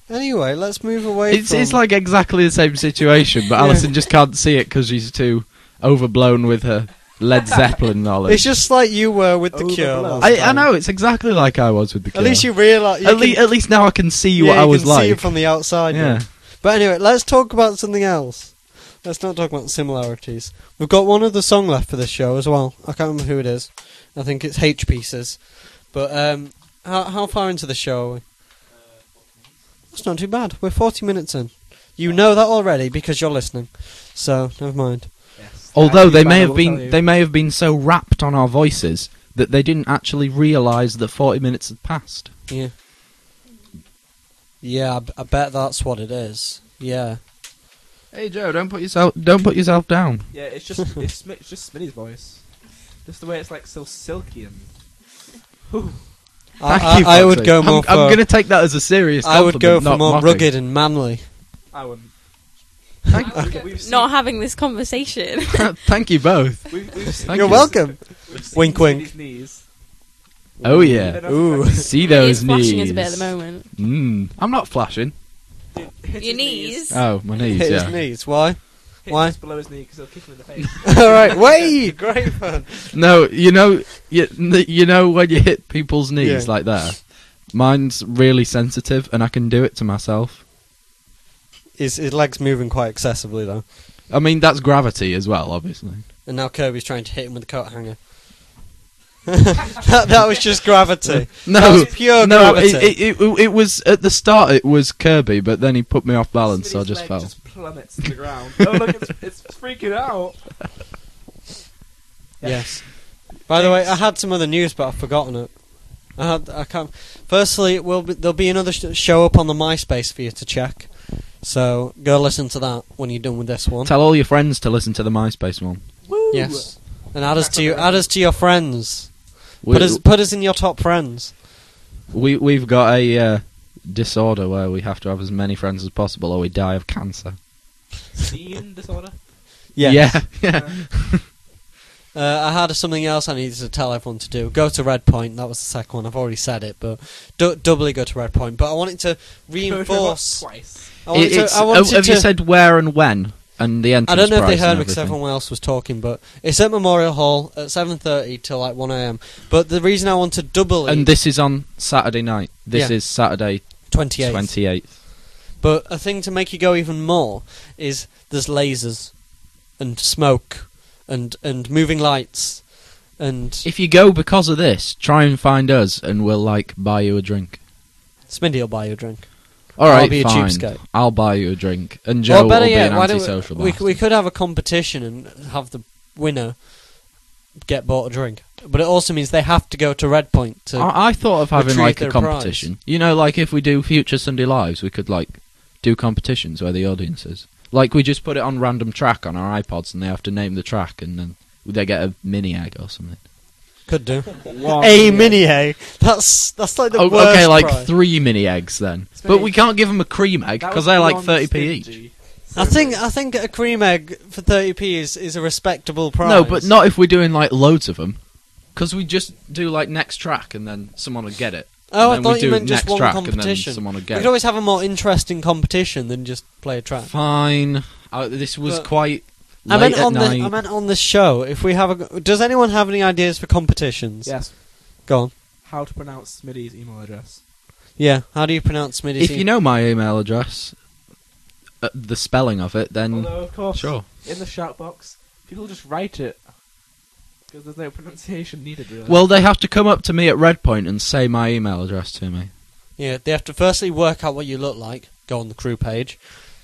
B: Anyway, let's move away
A: It's,
B: from...
A: it's like exactly the same situation, but
B: Yeah.
A: Alison just can't see it because she's too overblown with her Led Zeppelin knowledge.
B: It's just like you were with The
C: Overblown.
B: Cure last
A: I, I
B: time.
A: know, it's exactly like I was with the
B: At least you realise...
A: at, le- at least now I can see what
B: yeah,
A: I
B: you
A: was
B: can
A: like.
B: see it from the outside.
A: Yeah.
B: now. But anyway, let's talk about something else. Let's not talk about similarities. We've got one other song left for this show as well. I can't remember who it is. I think it's H Pieces. But um, how, how far into the show are we? That's not too bad. We're 40 minutes in. You know that already because you're listening. So, never mind.
C: Yes.
A: Although they may
C: Band
A: have
C: will tell
A: been
C: you.
A: they may have been so wrapped on our voices that they didn't actually realise that forty minutes had passed.
B: Yeah. Yeah, I, b- I bet that's what it is. Yeah.
A: Hey Joe, don't put yourself don't put yourself down.
C: Yeah, it's just it's, Smi- it's just Smitty's voice. Just the way it's like so silky and
B: I,
A: Thank you,
B: I, I
A: for
B: would
A: sake.
B: go more
A: I'm,
B: for...
A: I'm going to take that as a serious.
B: I would go
A: compliment,
B: for
A: not
B: more
A: mocking.
B: rugged and manly.
C: I wouldn't.
A: Thank,
C: We've seen,
G: not having this conversation.
A: thank you both.
C: we've, we've seen,
A: Thank
B: You're
A: you.
B: welcome.
C: we've seen
B: Wink, wink.
C: Smitty's knees.
A: Oh yeah,
C: Ooh.
A: see
G: It
A: those
G: is flashing
A: knees.
G: us a bit at the moment.
A: Mm. I'm not flashing.
G: Your knees.
A: Oh my knees.
B: Hit
A: yeah.
B: his knees. Why?
C: Hit
B: Why?
C: just below his knee because he'll kick him in the face.
B: All right. Way great fun.
A: No, you know, you, n- you know when you hit people's knees
B: Yeah.
A: like that. Mine's really sensitive, and I can do it to myself.
B: His, his legs moving quite excessively though,
A: I mean, that's gravity as well, obviously.
B: and now Kirby's trying to hit him with a coat hanger. that, that was just gravity. That
A: No,
B: was pure
A: Oh, no, it,
B: gravity.
A: it, it, it was at the start. It was Kirby, but then he put me off balance, so I
C: Smitty's
A: just
C: leg
A: fell.
C: Just plummets to the ground. oh look, it's, it's freaking out.
B: yes. By the way, I had some other news, but I've forgotten it. I, had, I can't. Firstly, it will be, there'll be another sh- show up on the MySpace for you to check. So go listen to that when you're done with this one.
A: Tell all your friends to listen to the MySpace one.
C: Woo.
B: Yes, and add us to you, add us to your friends.
A: We,
B: put us put us in your top friends.
A: we we've got a uh, disorder where we have to have as many friends as possible, or we die of cancer.
C: Scene disorder.
A: Yeah, yeah.
B: Uh, I had something else I needed to tell everyone to do. Go to Red Point. That was the second one. I've already said it, but du- doubly go to Red Point. But I wanted to reinforce.
C: twice.
B: I wanted
A: It- it's-
B: to. I
A: oh,
B: wanted
A: have
B: to
A: you said where and when and the entrance?
B: I don't know if they
A: price and
B: heard me because
A: everything?
B: everyone else was talking, but it's at Memorial Hall at seven thirty till like one a.m. But the reason I want to double
A: And
B: it
A: this is on Saturday night. This
B: Yeah.
A: is Saturday
B: twenty eight.
A: twenty eighth.
B: But a thing to make you go even more is there's lasers and smoke and and moving lights and
A: If you go because of this, try and find us, and we'll like buy you a drink.
B: Smitty will buy you a drink.
A: All right,
B: be a
A: fine.
B: cheapskate.
A: I'll buy you a drink, and
B: Or
A: Joe will be an
B: why don't we-
A: antisocial.
B: we,
A: bastard.
B: we could have a competition and have the winner get bought a drink. But it also means they have to go to Red Point to.
A: I, I thought of having
B: retrieve
A: like a
B: their prize.
A: competition. You know, like if we do future Sunday lives, we could like do competitions where the audience is. Like we just put it on random track on our iPods, and they have to name the track, and then they get a mini egg or something.
B: could do. a mini A. That's that's like the
A: Oh,
B: worst.
A: okay, like
B: prize.
A: three mini eggs then.
C: It's
A: But
C: very-
A: we can't give them a cream egg because they're like thirty p each.
B: I think I think a cream egg for thirty p is, is a respectable price.
A: No, but not if we're doing like loads of them. Because we just do like next track, and then someone will get it. and
B: Oh, I
A: then
B: thought
A: we
B: you
A: do
B: meant just
A: next
B: one
A: track, and then
B: competition.
A: someone will
B: we
A: get
B: could
A: it.
B: always have a more interesting competition than just play a track.
A: Fine. Uh, this was
B: But-
A: quite. Late
B: I meant
A: at
B: on the
A: night.
B: I meant on the show. If we have a, does anyone have any ideas for competitions?
C: Yes.
B: Go on.
C: How to pronounce Smitty's email address?
B: Yeah. How do you pronounce Smitty's
A: if
B: email?
A: you know my email address, uh, the spelling of it,
B: Mm.
A: then
C: Although, of course,
A: sure.
C: in the shout box, people just write it because there's no pronunciation needed, really.
A: Well, they have to come up to me at Red Point and say my email address to me.
B: Yeah, they have to firstly work out what you look like. Go on the crew page.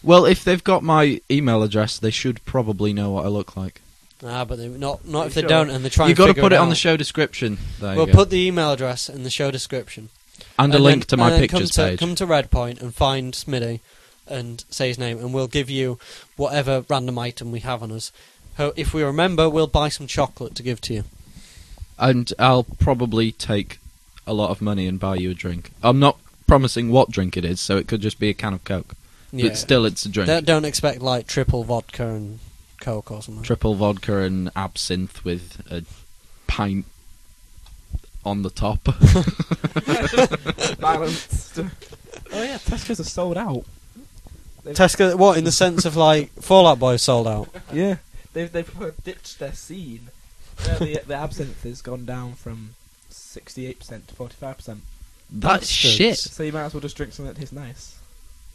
A: Well, if they've got my email address, they should probably know what I look like.
B: Ah, but they, not not if they
D: sure?
B: don't, and they're trying.
A: you
B: got to
A: got to put it on
B: out.
A: the show description. There you
B: We'll
A: go.
B: put the email address in the show description
A: and a
B: And
A: link
B: then-
A: to my
B: and then
A: pictures
B: come to,
A: page.
B: Come to Redpoint and find Smitty and say his name, and we'll give you whatever random item we have on us. Ho- If we remember, we'll buy some chocolate to give to you.
A: and I'll probably take a lot of money and buy you a drink. I'm not promising what drink it is, so it could just be a can of Coke.
B: Yeah.
A: But still, it's a drink.
B: Don't, don't expect like triple vodka and coke or something.
A: Triple vodka and absinthe with a pint on the top.
C: Balanced. oh yeah, Tesco's are sold out.
B: Tesco, what in the sense of like Fallout Boy sold out?
C: Yeah, they've they've uh, ditched their scene. Where the the absinthe has gone down from sixty eight percent to forty five percent.
A: That's shit.
C: So you might as well just drink something that tastes nice.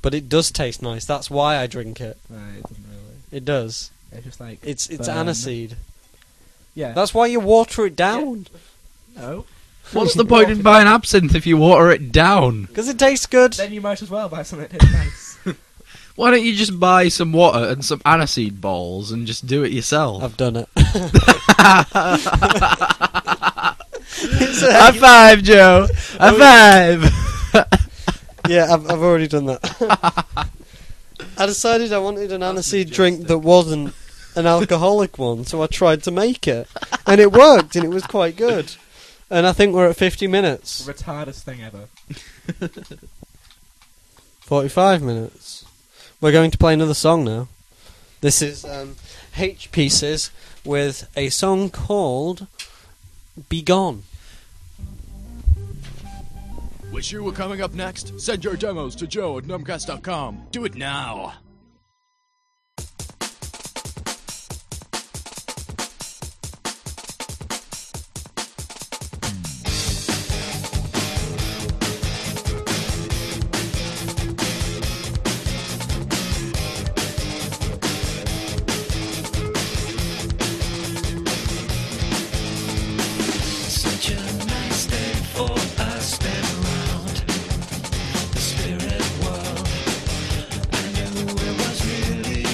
B: But it does taste nice. That's why I drink it.
C: No, it doesn't really.
B: It does.
C: It's just like
B: It's it's
C: burn.
B: aniseed.
C: Yeah.
B: um, That's why you water it down
C: no.
A: What's the point in buying absinthe if you water it down?
B: because it tastes good.
C: Then you might as well buy something that tastes nice.
A: Why don't you just buy some water and some aniseed balls and just do it yourself?
B: I've done it.
A: High five, Joe.
E: Oh,
A: High five.
B: yeah, I've, I've already done that. I decided I wanted an aniseed drink that wasn't an alcoholic one, so I tried to make it, and it worked, and it was quite good. And I think we're at 50 minutes,
C: Retardest thing ever.
B: 45 minutes. We're going to play another song now. This is um, H Pieces with a song called "Be Gone."
E: Wish you were coming up next? Send your demos to joe at numcast.com. Do it now.
F: Spirit world, I knew we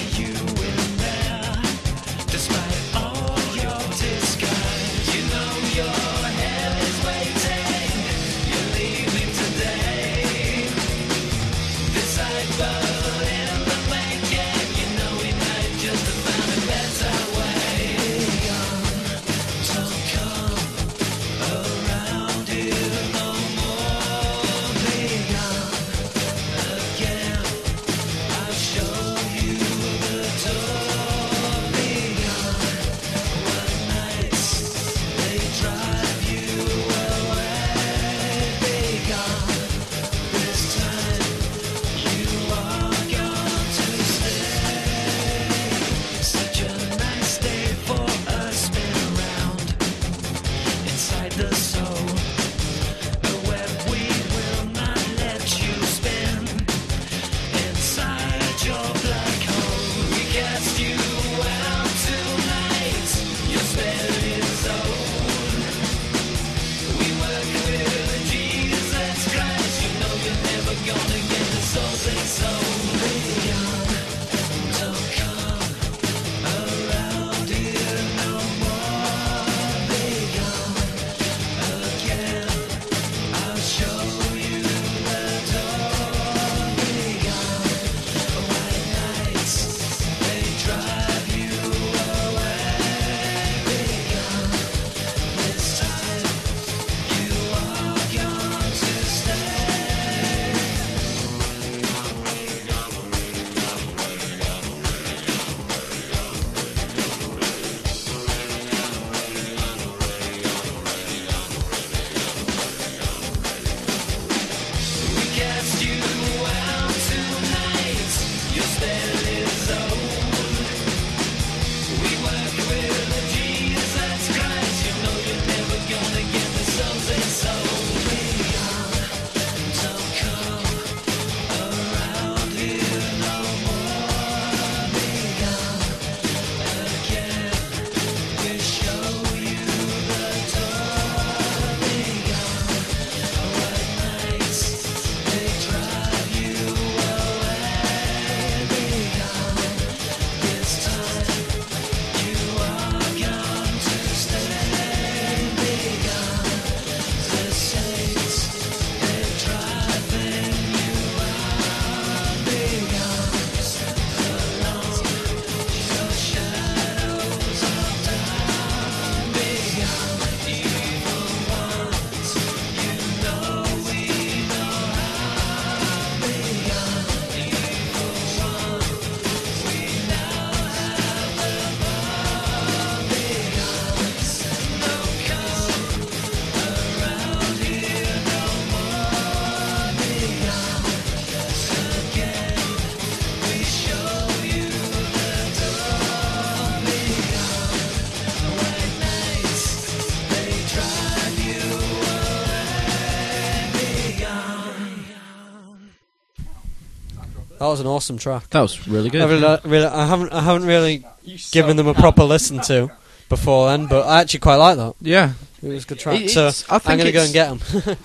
B: That was an awesome track.
A: That was really good.
B: I, really, really- I haven't I haven't really given them a proper listen to before then, but I actually quite like that.
A: yeah,
B: It was a good track.
A: It-
B: so
A: it's- I
B: I'm
A: think
B: gonna go and
A: it's-
B: get them.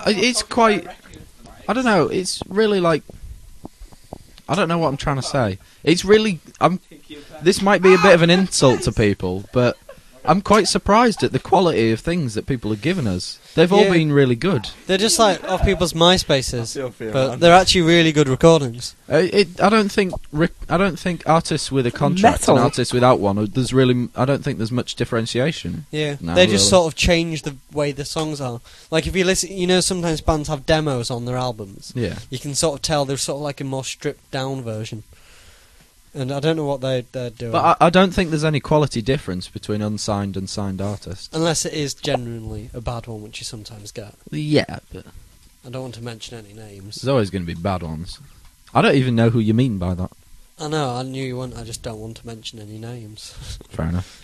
A: I- it's quite. I don't know. It's really like. I don't know what I'm trying to say. It's really. I'm. This might be a bit of an insult to people, but I'm quite surprised at the quality of things that people have given us. They've all
B: Yeah.
A: been really good.
B: They're just like off people's MySpaces,
D: feel for you,
B: but
D: man.
B: they're actually really good recordings.
A: Uh, it, I don't think. Re- I don't think artists with a contract
D: Metal.
A: and artists without one. uh, There's really. I don't think there's much differentiation.
B: Yeah,
A: No,
B: they just
A: really.
B: sort of change the way the songs are. Like if you listen, you know, sometimes bands have demos on their albums.
A: Yeah.
B: You can sort of tell they're sort of like a more stripped down version. And I don't know what they they're doing,
A: But I, I don't think there's any quality difference between unsigned and signed artists.
B: unless it is genuinely a bad one, which you sometimes get.
A: Yeah, but
B: I don't want to mention any names.
A: There's always going to be bad ones. I don't even know who you mean by that.
B: I know, I knew you weren't. I just don't want to mention any names.
A: Fair enough.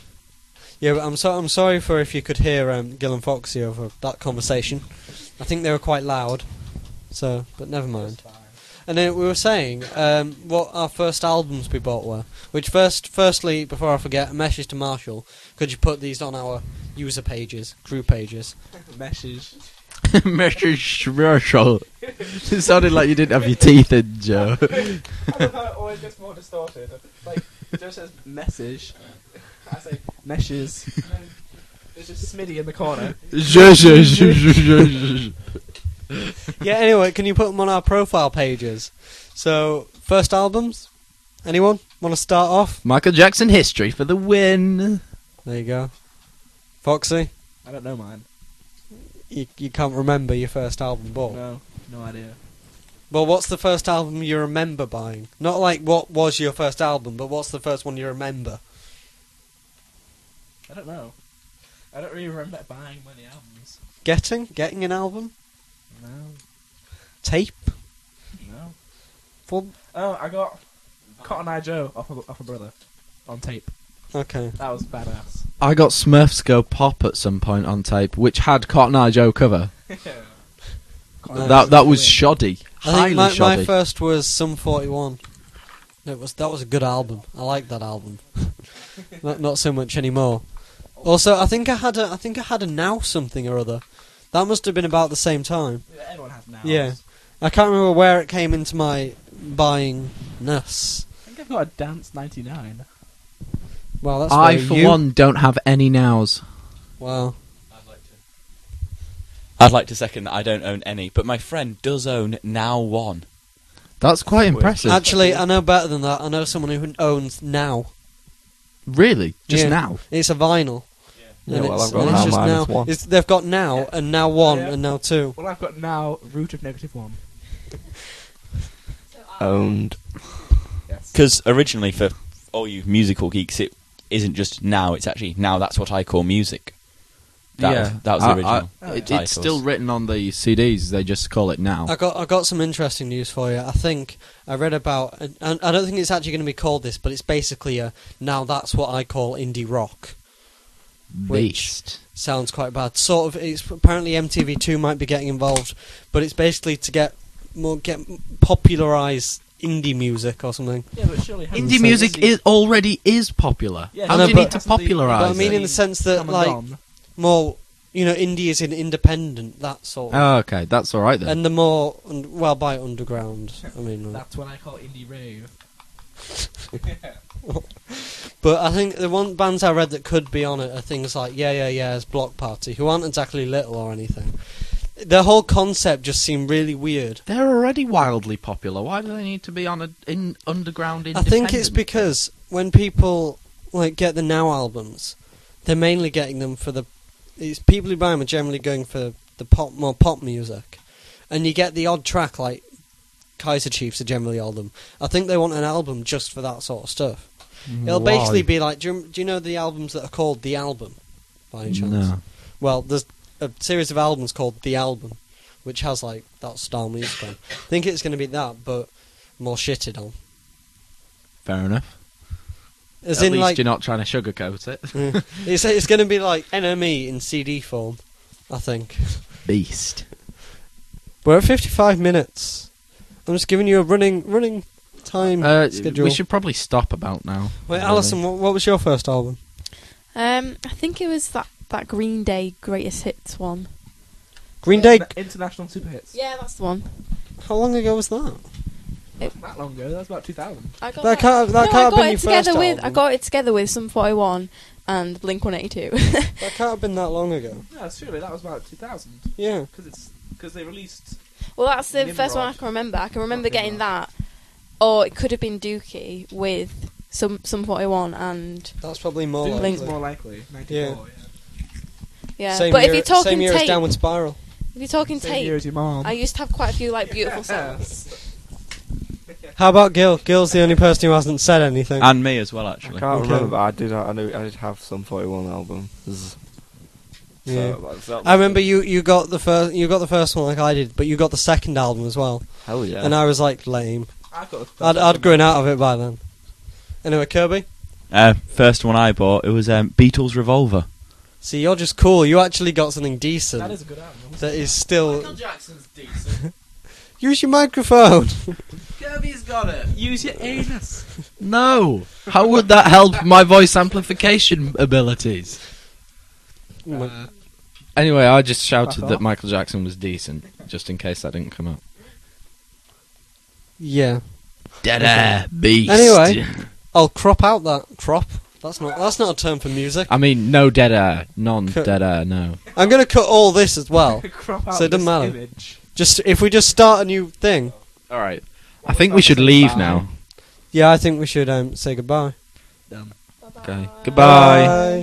B: Yeah, but I'm so I'm sorry for if you could hear um, Gil and Foxy over that conversation. I think they were quite loud, so but never mind. And then we were saying um, what our first albums we bought were. Which first, firstly, before I forget, a message to Marshall: Could you put these on our user pages, group pages?
C: Message.
A: Mr. Schmerschel. It sounded like you didn't have your teeth in, Joe.
C: I love how it always gets more distorted. Like, Joe says message. I say meshes. And then there's just Smitty in the corner.
B: yeah. Anyway, can you put them on our profile pages? So first albums. Anyone want to start off?
A: Michael Jackson history for the win.
B: There you go. Foxy,
C: I don't know mine.
B: you, you can't remember your first album bought.
C: No, no idea.
B: Well, what's the first album you remember buying? Not like what was your first album, but what's the first one you remember?
C: I don't know. I don't really remember buying many albums.
B: Getting? Getting an album?
C: No,
B: Tape?
C: no.
B: Well,
C: Oh, I got Cotton Eye Joe off a, off a brother on tape.
B: okay.
C: That was badass.
A: I got Smurfs Go Pop at some point on tape, which had Cotton Eye Joe cover.
B: Nice.
A: That that was shoddy,
B: I
A: highly
B: think my,
A: shoddy.
B: my first was Sum 41. It was That was a good album. I like that album. not, not so much anymore. Also, I think I had a, I think I had a Now Something or other. That must have been about the same time.
C: Yeah, Everyone has now.
B: Yeah. I can't remember where it came into my buying-ness.
C: I think I've got a Dance 99.
B: Wow, that's
A: I,
B: very
A: for
B: you.
A: one, don't have any nows.
B: Wow.
I: I'd like to second that I don't own any, but my friend does own now one.
A: That's quite impressive.
B: Actually, I know better than that. I know someone who owns now.
A: really, just
B: Yeah.
A: now.
B: It's a vinyl.
D: Yeah,
B: And
D: well,
B: it's-
D: I've got
B: and it's
D: now
B: just
D: minus
B: now.
D: one.
B: It's- they've got now and now one
C: Yeah.
B: and now two.
C: Well, I've got now root of negative one.
D: Owned.
C: Yes.
I: Because originally, for all you musical geeks, it isn't just now, it's actually now that's what I call music. That was, that was the
A: I-
I: original.
A: I- it-
I: titles.
A: it's still written on the CDs. They just call it now.
B: I got I got some interesting news for you. I think I read about and and I don't think it's actually going to be called this, but it's basically a now that's what I call indie rock. which-
A: Beast.
B: Sounds quite bad. Sort of. It's apparently MTV2 might be getting involved, but it's basically to get more get popularize indie music or something.
C: Yeah, but surely
A: Indie music is, already is popular.
C: Yeah,
A: How
B: no,
A: do you need
B: but-
A: to
B: But
A: popularise
B: I mean,
A: it?
B: in the sense that, like, more, you know, indie is in independent, that sort.
A: Oh, okay, that's all right then.
B: and the more, un- well, by underground, I mean.
C: that's what I call indie rave.
B: But I think the one bands I read that could be on it are things like Yeah Yeah Yeah's Block Party, who aren't exactly little or anything. Their whole concept just seemed really weird.
A: They're already wildly popular. Why do they need to be on an in underground?
B: I think it's because when people like get the Now albums, they're mainly getting them for the. It's people who buy them are generally going for the pop more pop music, and you get the odd track like Kaiser Chiefs are generally on them. I think they want an album just for that sort of stuff. It'll basically be like do you, do you know the albums that are called the album by any chance?
A: No.
B: Well, there's a series of albums called The Album, which has like that style music on. I think it's going to be that, but more shitted on.
A: fair enough.
B: As
A: At
B: in,
A: least
B: like,
A: you're not trying to sugarcoat it.
B: Yeah. it's it's going to be like NME in CD form, I think.
A: Beast.
B: We're at 55 minutes. I'm just giving you a running running time
A: Uh,
B: schedule.
A: We should probably stop about now.
B: Wait,
A: really.
B: Alison, what, what was your first album?
G: Um, I think it was that, that Green Day Greatest Hits one. Uh,
B: Green Day.
C: International super hits.
G: Yeah, that's the one.
B: How long ago was that?
C: Not that long ago. That was about 2000.
G: I got
B: That can't- that
G: no,
B: can't have
G: I got
B: been
G: it
B: your first
G: together with I
B: album.
G: got it together with some 41 and Blink 182.
B: That can't have been that long ago.
C: No, surely that was about 2000
B: Yeah.
C: because it's because they released.
G: well, that's the
C: Nimrod.
G: first one I can remember. I can remember
C: Not
G: getting that, or it could have been Dookie with some some 41 and
B: That's probably more
C: Dookie
B: likely.
C: is more likely. 94. Oh, Yeah.
G: yeah.
B: Same
G: but
B: year,
G: if you're talking
B: same year
G: tape,
B: as Downward Spiral.
G: if you're talking
C: Same year
G: tape,
C: as your mom.
G: I used to have quite a few like beautiful songs.
B: How about Gil? Gil's the only person who hasn't said anything.
I: and me as well,
D: I
I: actually.
D: can't
B: Okay.
D: remember. I did. I knew. I did have some 41 albums.
B: yeah.
D: So, that's- that
B: I
D: was-
B: remember you, you got the first you got the first one like I did, but you got the second album as well,
D: Hell yeah.
B: and I was like lame.
C: I got. the-
B: I'd, I'd grown out of it by then. Anyway, Kirby,
I: Uh, first one I bought, it was um, Beatles Revolver.
B: see you're just cool. You actually got something decent
C: That is a good album.
B: that is still.
H: Michael Jackson's decent.
B: Use your microphone.
H: Kirby's got it.
C: Use your anus.
A: No. How would that help my voice amplification abilities?
B: Uh,
A: Anyway, I just shouted
C: Fuck
A: that
C: off.
A: Michael Jackson was decent, just in case that didn't come up.
B: yeah.
A: Dead air beast.
B: Anyway. I'll crop out that crop. That's not that's not a term for music.
A: I mean, no dead air, non dead air, no.
B: I'm gonna cut all this as well.
C: Crop out
B: Oh. So it doesn't
C: this
B: matter.
C: image.
B: Just if we just start a new thing.
A: All right, I think we should leave now.
B: Yeah, I think we should um, say goodbye.
A: Okay,
B: Bye.
A: goodbye.
B: Bye.